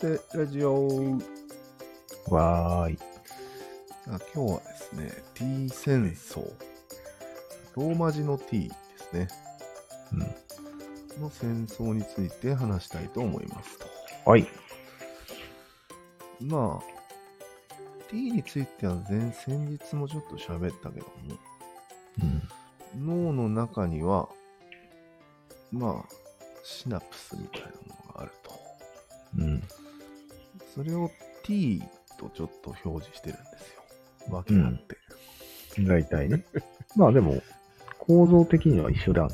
テラジオ。わーい。あ今日はですね、T 戦争。ローマ字の T ですね。うん。の戦争について話したいと思いますと。はい。まあ、T については前先日もちょっと喋ったけども、うん。脳の中には、まあ、シナプスみたいなものがあると。うん。それを T とちょっと表示してるんですよ。分け合って。大体ね。 まあでも、構造的には一緒だっ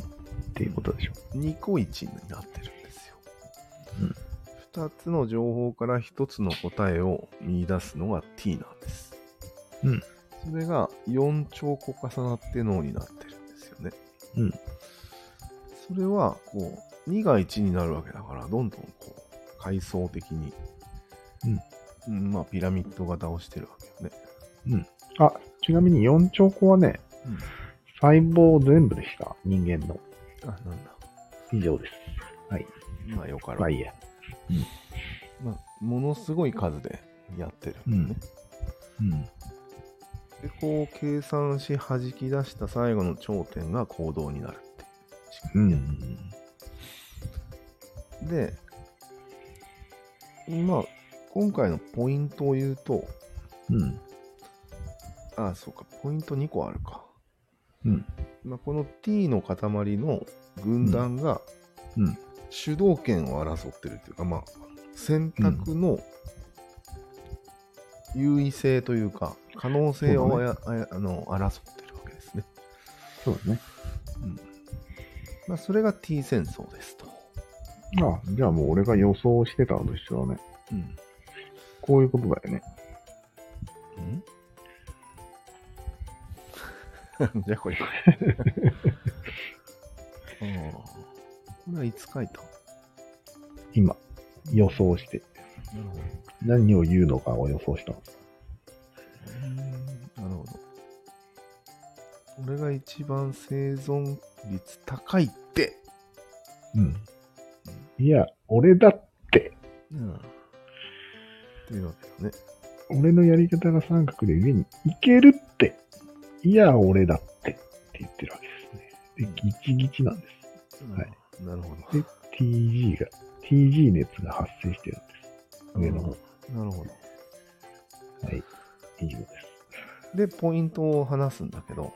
ていうことでしょ。 2個1になってるんですよ。うん2つの情報から1つの答えを見出すのが T なんです。うんそれが4兆個重なって脳になってるんですよね。うんそれは、こう、2が1になるわけだから、どんどんこう、階層的に、うん、まあ、ピラミッド型をしてるわけよね。あ、ちなみに4兆個はね、うん細胞全部でした。人間の。あ、なんだ。以上です。はい。まあ、よからまあいいや。まあ、ものすごい数でやってるんだよね。うんうん。でこう計算し弾き出した最後の頂点が行動になるっていう仕う組みん。で、まあ今回のポイントを言うとうん。ああそうかポイント2個あるか、うん。まあ、この T の塊の軍団がうんうん主導権を争ってるっていうか、まあ選択の優位性というか可能性をあや、あやあの争ってるわけですね、そうだね。まあ、それが T 戦争ですと、あ、じゃあもう俺が予想してたのと一緒だね。 うんこういうことだよね。んじゃあこれ。ああ。これはいつ書いた今、予想して。なるほど。何を言うのかを予想したんです。なるほど。俺が一番生存率高いって。うん。いや、俺だって、うん。というわけだね。俺のやり方が三角で上に行けるって、いや、俺だってって言ってるわけですね。で、ギチギチなんです。はいうん。なるほど。 TG が、TG 熱が発生してるんです。上の方。うんなるほど。はい。以上です。で、ポイントを話すんだけど。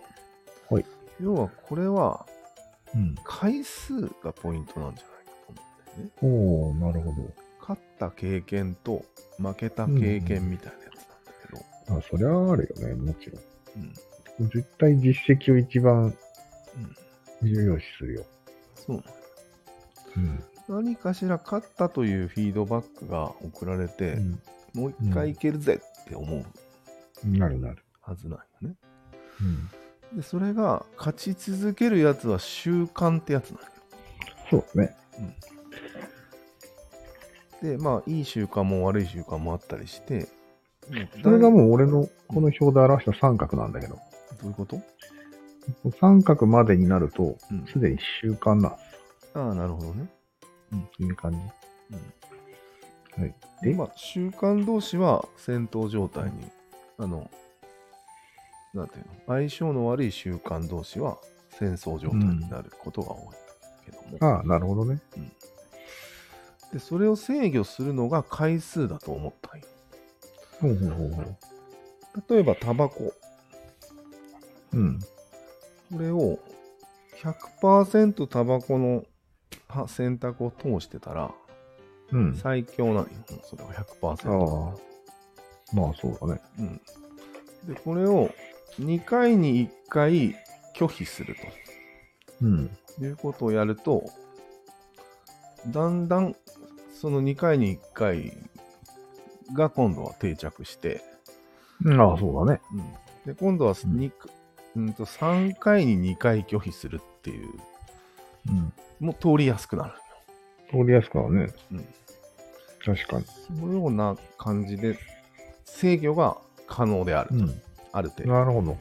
はい。要はこれはうん。回数がポイントなんじゃないかと思うんだよね。おー、なるほ勝った経験と負けた経験みたいなやつなんだけど、ど。あ、そりゃあるよね、もちろうんん。絶対実績を一番うん重要視するよ。そううん。何かしら勝ったというフィードバックが送られて、もう一回いけるぜって思うなるなる。はずなんよね。でそれが勝ち続けるやつは習慣ってやつなんよ。そうだね。でまあいい習慣も悪い習慣もあったりしてそれがうもう俺のこの表で表した三角なんだけど、どういうこと三角までになるとうん、すでに習慣なんでああなるほどね。す。という感じ。うんはい。でで、まあ、習慣同士は戦闘状態に、あの、なんていうの、相性の悪い習慣同士は戦争状態になることが多いけども、ああ、なるほどね。で、それを制御するのが回数だと思ったんよ。ほうほうほうほう。例えば、タバコ。うん。これを100%タバコのは選択を通してたら、うん。最強なんよ。もうそれはああ100%。。まあそうだね。うん。で、これを2回に1回拒否すると。うん。いうことをやると、だんだんその2回に1回が今度は定着して、ああ、そうだね。うんで今度はすうんにかうんと3回に2回拒否するっていう、うん。もう通りやすくなる。通りやすくはね。うん確かそのような感じで制御が可能であると、に。ある程度、なるほど。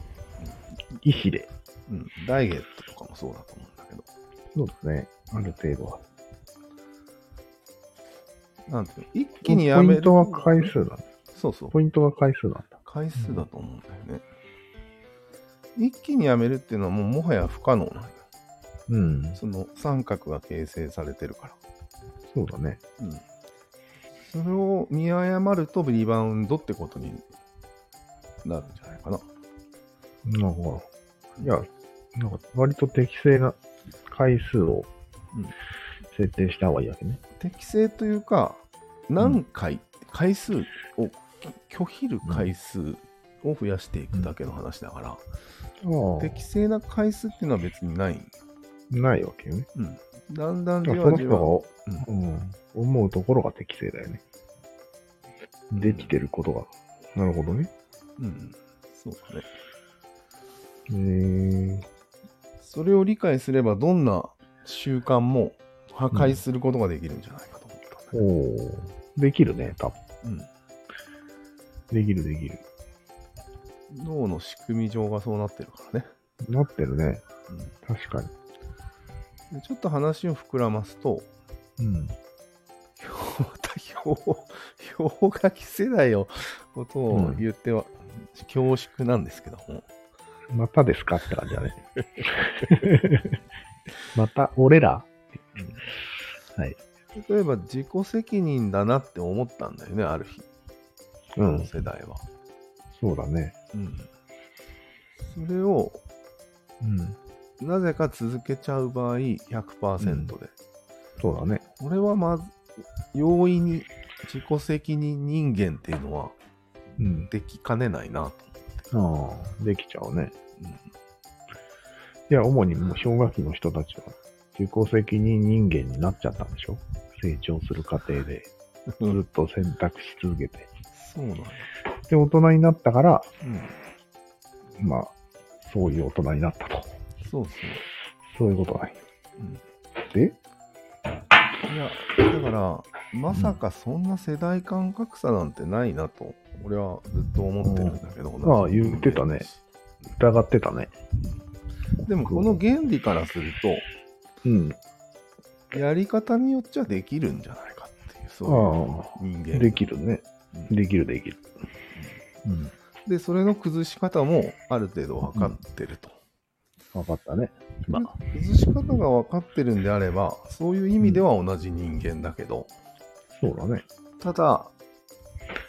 意志で。うん。ダイエットとかもそうだと思うんだけど。そうですね。ある程度は。なんていうの一気にやめポイるントは回数なんだ。そうそうポイントは回数なんだ。回数だと思うんだよね、一気にやめるっていうのはもうもはや不可能なんだようん。その三角が形成されてるからそうだね。うんそれを見誤るとリバウンドってことになるんじゃないかな。なるほど。いや、なんか割と適正な回数をうん設定した方がいいわけね。適正というか、何回、回数を拒否る回数を増やしていくだけの話だから、あ適正な回数っていうのは別にない。あ、ないわけよね。うん、だんだんだかじらそわのじわ。人が、うん、思うところが適正だよね。できてることが。なるほどね。うん、そうだね。へえ。それを理解すれば、どんな習慣も破壊することができるんじゃないかと思ったんだけおどお。できるね、多分。うんできるできる。脳の仕組み上がそうなってるからね。なってるね。うん確かに。でちょっと話を膨らますと、うん。また氷氷河期世代をことを言っては、恐縮なんですけども、またですかって感じだね。 また、俺らはい。例えば自己責任だなって思ったんだよね、ある日、こうのん。世代は。そうだね。それをうん。なぜか続けちゃう場合100%で、そうだね。これはまず、容易に自己責任人間っていうのはうん。できかねないなと。ああ、できちゃうね。うんいや、主にもう氷河期の人たちは、自己責任人間になっちゃったんでしょ成長する過程で、 ずっと選択し続けて。そうなんだ。で、大人になったから、うんまあ、そういう大人になったと。そうそう。そういうことない。うんいでや、だから、まさかそんな世代間格差なんてないなと、俺はずっと思ってるんだけど。ああ言ってたね疑ってたね。でも、この原理からするうん。と、やり方によっちゃできるんじゃないかっていう、そうあいう人あ、間。できるね。うんできるできる。うん。で、それの崩し方もある程度分かってると。わかったね。まあ、崩し方が分かってるんであれば、そういう意味では同じ人間だけど、そうだね。ただ、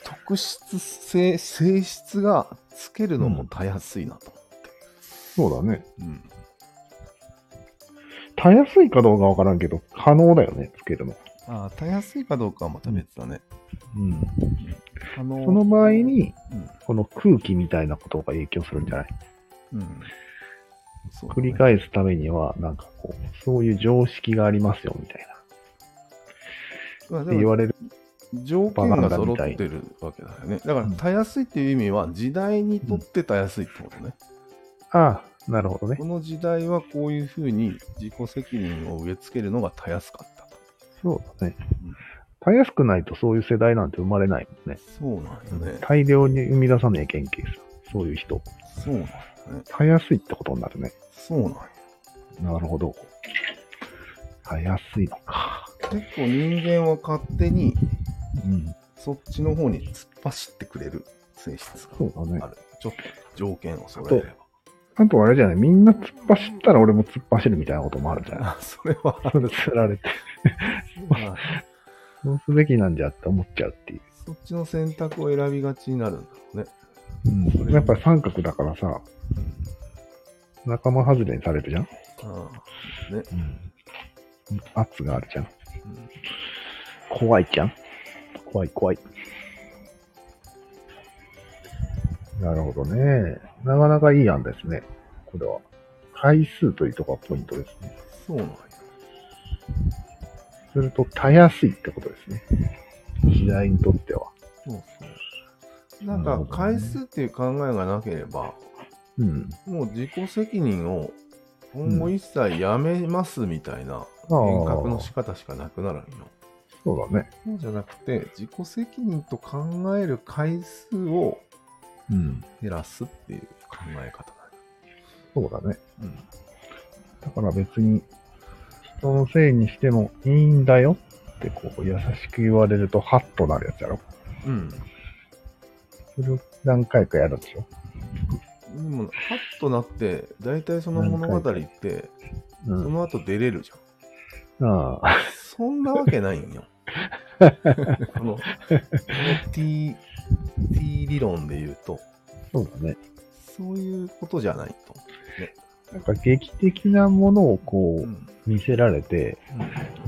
特質性、性質がつけるのもたやすいなと思って。そうだね。うんたやすいかどうかわからんけど、可能だよね、つけるの。ああ、たやすいかどうかはまた別だね。うん。あのその場合に、うん、この空気みたいなことが影響するんじゃないうん。そうだね繰り返すためには、なんかこう、そういう常識がありますよ、みたいな。まあってで言もわれる。条件が揃バカっみたてるわけだよね。だから、うんたやすいっていう意味は、時代にとってたやすいってことね。ああ、なるほどねこ。の時代はこういうふうに自己責任を植え付けるのがたやすかったと。そうだねうん。たやすくないとそういう世代なんて生まれないもんね。そうなんよね。大量に生み出さねえ研究さ。そういう人。そうなんよね。たやすいってことになるね。そうなんよ。なるほど。たやすいのか。結構人間は勝手にうん。そっちの方に突っ走ってくれる性質そうだねがあ。る。ちょっと条件を揃えれば。あとあれじゃない、みんな突っ走ったら俺も突っ走るみたいなこともあるじゃない。あそれは それ釣られて、まあそうすべきなんじゃって思っちゃうっていう。そっちの選択を選びがちになるんだろうね。うん、やっぱり三角だからさ、仲間外れにされるじゃん、あうん、圧があるじゃん。あ怖いじゃん怖い怖い。なるほどね。なかなかいい案ですね。これは。回数というところがポイントですね。そうなんや。すると、たやすいってことですね。時代にとっては。そうそう。なんか回数っていう考えがなければ、うん。もう自己責任を今後一切やめますみたいなあ変革あの、仕方しかなくなるんよ。そうだね。そうじゃなくて、自己責任と考える回数をうん。減らすっていう考え方そうだね。だね。だから別に、人のせいにしてもいいんだよってこう、優しく言われると、ハッとなるやつやろ。うん。でそれを何回かやるんでしょ。も、ハッとなって、大体その物語って、うそん。の後出れるじゃん。ああ、そんなわけないん よ。この、この T、T 理論で言うと、そうだね。そういうことじゃないと。なんか劇的なものをこうん。う、うん見せられて、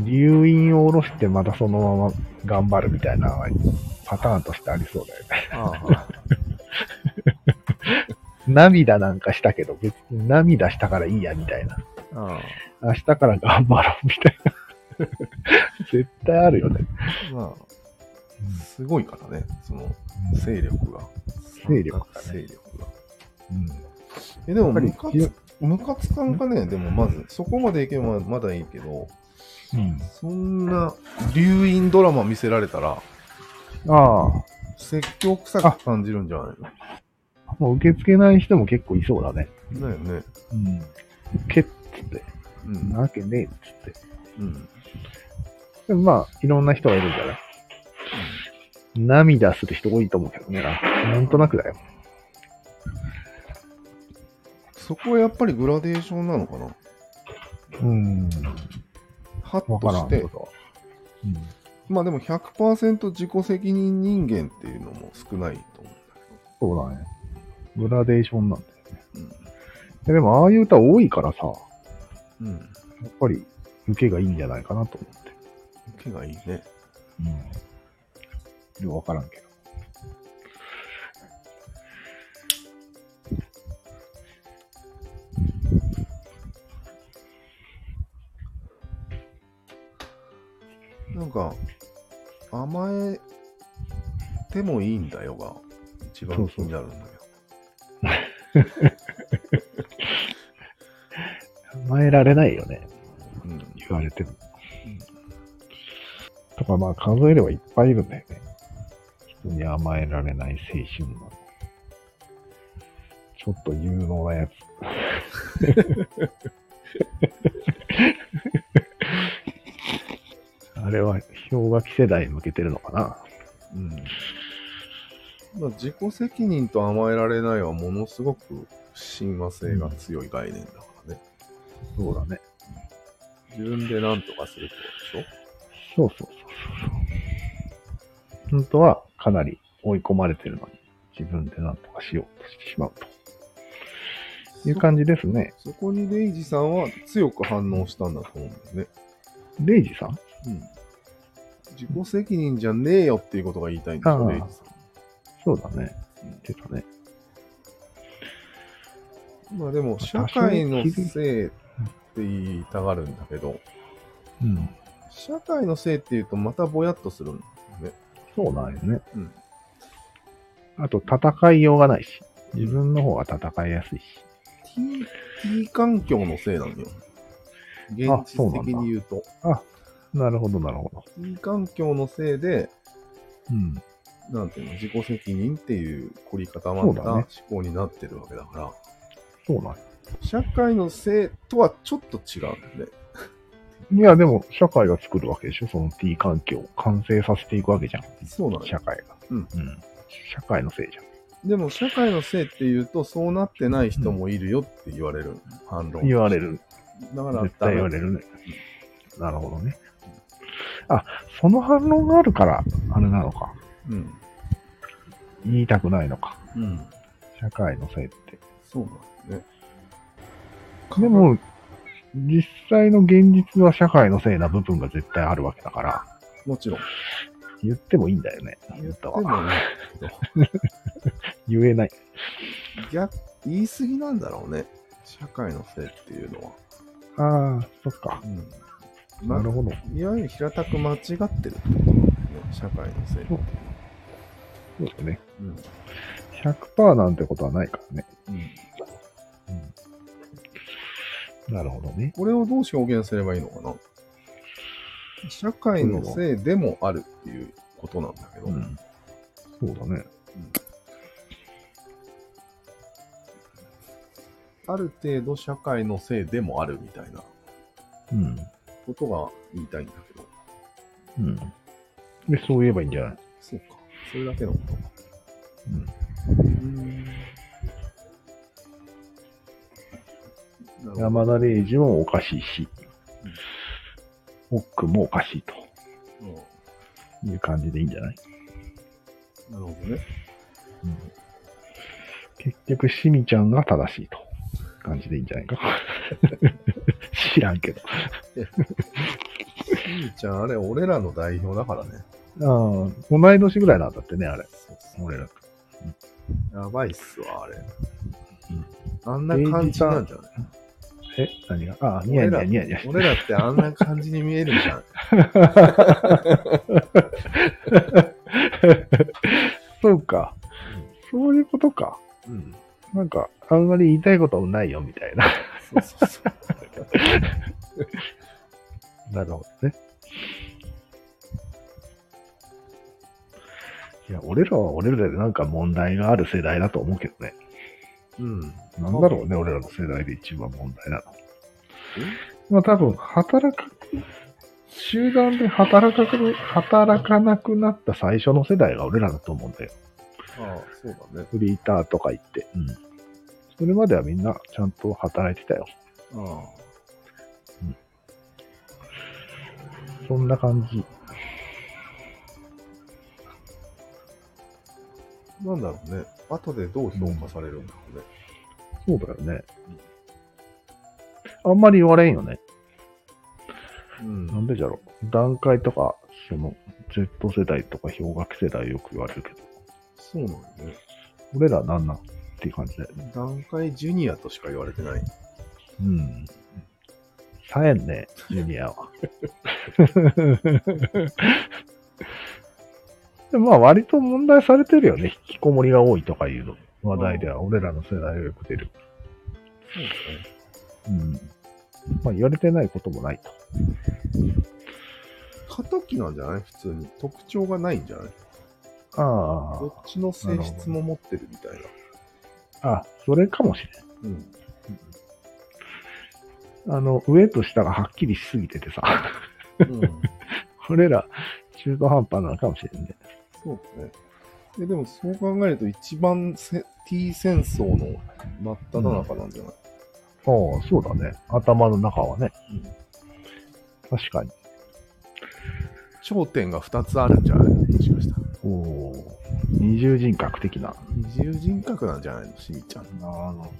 留飲を下ろしてまたそのまま頑張るみたいなパターンとしてありそうだよね。 ああ、涙なんかしたけど、別に涙したからいいやみたいな。あ明日から頑張ろうみたいな。 絶対あるよね。あ、まあ、すごいからね、その、勢力が。勢力がね勢力が。うんえ、でも、やっぱりムカつ、ムカつかんかね、でもまず、そこまでいけばまだいいけど、うんそんな、留飲ドラマ見せられたら、あ説教臭く感じるんじゃないあ、もう受け付けない人も結構いそうだね。のだよね。うん。けっつって、うん。なわけねえっつって。うん。でもまあ、いろんな人がいるんじゃない涙する人多いと思うけどね。なんとなくだよ。そこはやっぱりグラデーションなのかなうん。ハッわかとらしんけて、ど。うん。まあでも100%自己責任人間っていうのも少ないと思そうだね。グラデーションなんだよね。うんだででも、ああいう歌多いからさ、けど。うん。やっぱり受けがいいんじゃないかなと思って。受けがいいね。うん。よくわからんけど。なんか、甘えてもいいんだよが、一番気になるんだけど。甘えられないよね。うん。言われてもうん。とかまあ数えればいっぱいいるんだよね。人に甘えられない青春の。ちょっと有能なやつ。あれは氷河期世代に向けてるのかなうんまあ、自己責任と甘えられないはものすごく親和性が強い概念だからね。そうだね。自分で何とかするってことでしそうそうそうそう。本当はかなり追い込まれてるのに自分で何とかしようとしてしまうょという感じですね。そそこにレイジさんは強く反応したんだと思うんだよね。レイジさんうん。自己責任じゃねえよっていうことが言いたいんでしあょ、あレイジさそうだね。うん言ってたね。ん。まあでも、社会のせいって言いたがるんだけど、うん。社会のせいって言うとまたぼやっとするんだよね。そうなんよね。うん。あと、戦いようがないし。自分の方が戦いやすいし。 T, T 環境のせいなんだよ。現実的に言うと。なるほど、なるほど。 T 環境のせいで、うん。なんていうの、自己責任っていう凝り固まっそうただ思ね考になってるわけだから、そうなんよ社会のせいとはちょっと違うんだよね。いや、でも、社会が作るわけでしょその T 環境を完成させていくわけじゃん。そうなんだよ。社会が。うんうん。社会のせいじゃん。でも、社会のせいっていうと、そうなってない人もいるよって言われる、反論。言われる。だから、絶対言わる。れるね。なるほどね。あ、その反論があるから、あれなのか。うん。言いたくないのか。うん。社会のせいって。そうなんだよね。でも、実際の現実は社会のせいな部分が絶対あるわけだから、もちろん。言ってもいいんだよね。言っでたわ。もね、言えない。逆、言い過ぎなんだろうね。社会のせいっていうのは。ああ、そっか。うん。なるほど。いわゆる平たく間違ってるってことだよね、社会のせいで。そうですね。うん。 100%なんてことはないからね。うん、なるほどね。これをどう表現すればいいのかな社会のせいでもあるっていうことなんだけど、うん。そうだね。ある程度社会のせいでもあるみたいなうん。ことが言いたいんだけど、うん。で、そう言えばいいんじゃないそうか。それだけのことか。うんうん。なるほど山田礼二もおかしいし、モックもおかしいとうんいう感じでいいんじゃない、なるほどね。結局、シミちゃんが正しいと感じでいいんじゃないか。知らんけど。しんちゃん、あれ、俺らの代表だからね。ああ、同い年ぐらいなんだってね、あれ。俺らと。やばいっすわ、あれ。んあんな感じなんじゃないえ何がああ、ニヤニヤニヤニヤして俺らってあんな感じに見えるじゃん。 そうか。そういうことか。うん。なんか、あんまり言いたいこともないよ、みたいな。 そうそうそう。なるほどね。いや、俺らは俺らでなんか問題がある世代だと思うけどね。うん。なんだろうね、俺らの世代で一番問題なの。まあ多分、働く、集団で働かく働かなくなった最初の世代が俺らだと思うんだよ。ああ、そうだね。フリーターとか言って。うん。それまではみんなちゃんと働いてたよ。ああ。そんな感じ。なんだろうね。後でどう評価されるんだろうね。そうだよね。あんまり言われんよね。うん。なんでじゃろう。段階とか、その、Z 世代とか氷河期世代よく言われるけど、そうなんだね。俺らなんなんっていう感じだよね。段階ジュニアとしか言われてない。うん。さえんね、ジュニアは。 でもまあ割と問題されてるよね。引きこもりが多いとかいうの話題では、俺らの世代はよく出る。そうですね。うん。まあ言われてないこともないと。過渡期なんじゃない普通に。特徴がないんじゃないあどっちの性質も持ってるみたいな。あ、あ、それかもしれん。うん。あの、上と下がはっきりしすぎててさ、 うん。俺ら中途半端なのかもしれんね。そうね。えでもそう考えると一番せ T 戦争の真っ只中なんじゃない、ああ、そうだね。頭の中はね。うん確かに。頂点が2つあるんじゃないもしかしたら。おお。二重人格的な。二重人格なんじゃないのしみちゃん。なるほ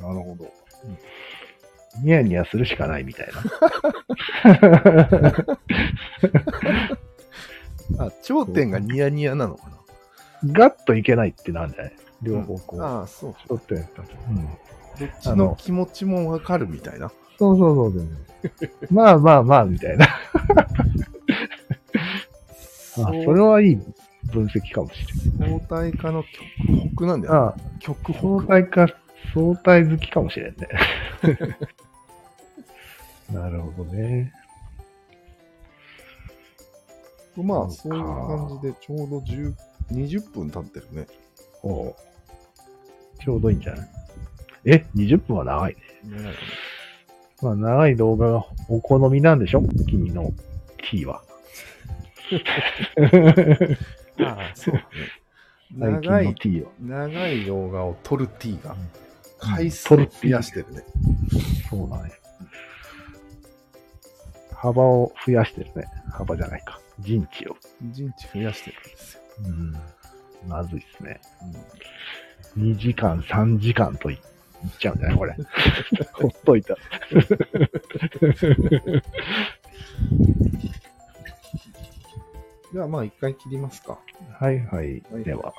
ど。なるほど。ニヤニヤするしかないみたいな。 あ、頂点がニヤニヤなのかガッといけないってなんじゃない両方こう。なああ、そう。ちょっとやったと。うん。どっちの気持ちもわかるみたいな。そうそうそうそう。まあまあまあ、みたいな。あ そそれはいい分析かもしれない。相対化の極北なんだよ、あね。極北。相対か、相対好きかもしれんね。 なるほどね。まあ、そそううかいう感じでちょうど10 20分経ってるね。おうちょうどいいんじゃないえ、20分は長いね。ねまあ、長い動画がお好みなんでしょ君のキー は。ああ、そうだね。最近長のい、 T は。長い動画を撮る T がうん、回数を増やしてるね。そうなんや。幅を増やしてるね。幅じゃないか。陣地を。人知増やしてるんですよ。うん。まずいっすね。2時間、3時間といっちゃうんじゃないこれ。 ほっといたら。では、まあ、一回切りますか。はいはい。はいでは。